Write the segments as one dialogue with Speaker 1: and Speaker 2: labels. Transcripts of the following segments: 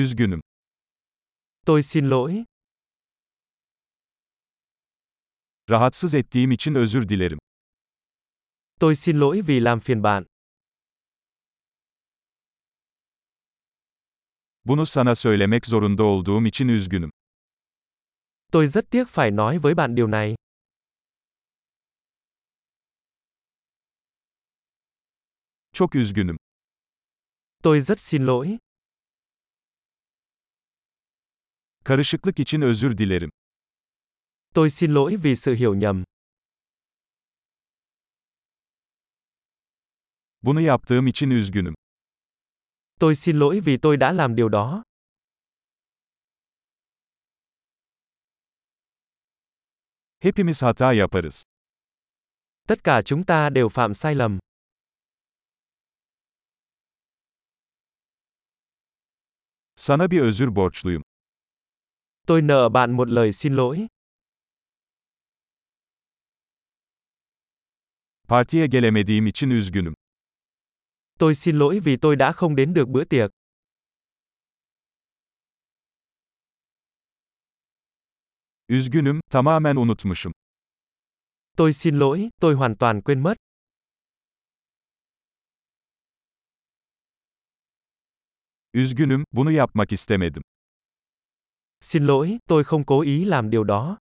Speaker 1: Üzgünüm.
Speaker 2: Tôi xin lỗi.
Speaker 1: Rahatsız ettiğim için özür dilerim.
Speaker 2: Tôi xin lỗi vì làm phiền bạn.
Speaker 1: Bunu sana söylemek zorunda olduğum için üzgünüm.
Speaker 2: Tôi rất tiếc phải nói với bạn điều này.
Speaker 1: Çok üzgünüm.
Speaker 2: Tôi rất xin lỗi.
Speaker 1: Karışıklık için özür dilerim.
Speaker 2: Tôi xin lỗi vì sự hiểu nhầm.
Speaker 1: Bunu yaptığım için üzgünüm.
Speaker 2: Tôi xin lỗi vì tôi đã làm điều đó.
Speaker 1: Hepimiz hata yaparız.
Speaker 2: Tất cả chúng ta đều phạm sai lầm.
Speaker 1: Sana bir özür borçluyum.
Speaker 2: Tôi nợ bạn một lời xin lỗi.
Speaker 1: Partiye gelemediğim için üzgünüm.
Speaker 2: Tôi xin lỗi vì tôi đã không đến được bữa tiệc.
Speaker 1: Üzgünüm, tamamen unutmuşum.
Speaker 2: Tôi xin lỗi, tôi hoàn toàn quên mất.
Speaker 1: Üzgünüm, bunu yapmak istemedim.
Speaker 2: Xin lỗi, tôi không cố ý làm điều đó.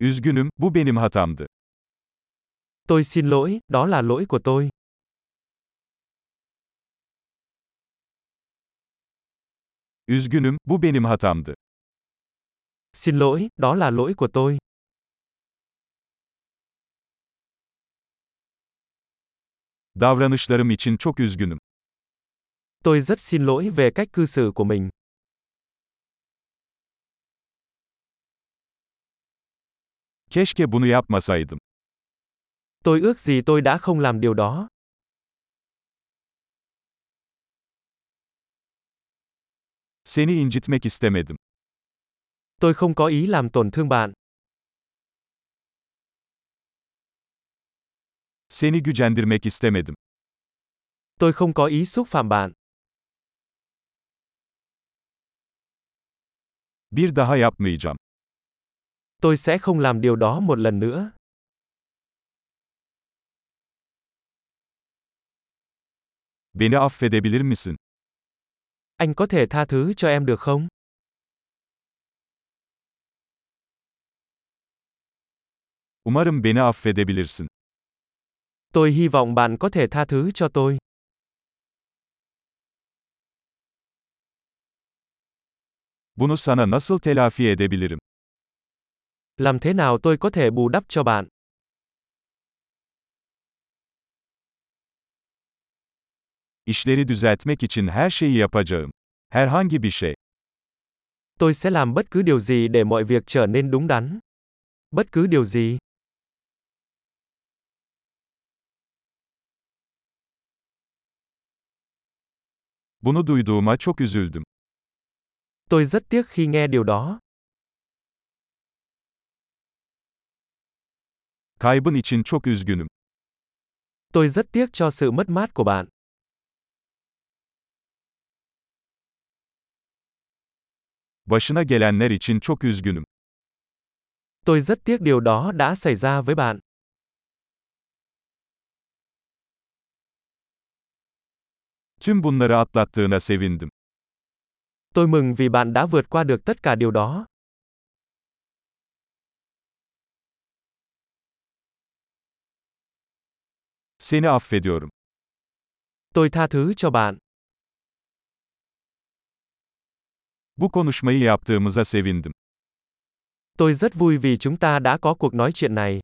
Speaker 1: Üzgünüm, bu benim hatamdı.
Speaker 2: Tôi xin lỗi, đó là lỗi của tôi.
Speaker 1: Üzgünüm, bu benim hatamdı.
Speaker 2: Xin lỗi, đó là lỗi của tôi.
Speaker 1: Davranışlarım için çok üzgünüm.
Speaker 2: Tôi rất xin lỗi về cách cư xử của mình.
Speaker 1: Keşke bunu yapmasaydım.
Speaker 2: Tôi ước gì tôi đã không làm điều đó.
Speaker 1: Seni incitmek istemedim.
Speaker 2: Tôi không có ý làm tổn thương bạn.
Speaker 1: Seni gücendirmek istemedim.
Speaker 2: Tôi không có ý xúc phạm bạn.
Speaker 1: Bir daha yapmayacağım.
Speaker 2: Tôi sẽ không làm điều đó một lần nữa.
Speaker 1: Beni affedebilir misin?
Speaker 2: Anh có thể tha thứ cho em được không?
Speaker 1: Umarım beni affedebilirsin.
Speaker 2: Tôi hy vọng bạn có thể tha thứ cho tôi.
Speaker 1: Bunu sana nasıl telafi edebilirim?
Speaker 2: Làm thế nào tôi có thể bù đắp cho bạn?
Speaker 1: İşleri düzeltmek için her şeyi yapacağım. Herhangi bir şey.
Speaker 2: Tôi sẽ làm bất cứ điều gì để mọi việc trở nên đúng đắn. Bất cứ điều gì.
Speaker 1: Bunu duyduğuma çok üzüldüm.
Speaker 2: Tôi rất tiếc khi nghe điều đó.
Speaker 1: Kaybın için çok üzgünüm.
Speaker 2: Tôi rất tiếc cho sự mất mát của bạn.
Speaker 1: Başına gelenler için çok üzgünüm.
Speaker 2: Tôi rất tiếc điều đó đã xảy ra với bạn.
Speaker 1: Tüm bunları atlattığına sevindim.
Speaker 2: Tôi mừng vì bạn đã vượt qua được tất cả điều đó.
Speaker 1: Seni affediyorum.
Speaker 2: Tôi tha thứ cho bạn.
Speaker 1: Bu konuşmayı yaptığımıza sevindim.
Speaker 2: Tôi rất vui vì chúng ta đã có cuộc nói chuyện này.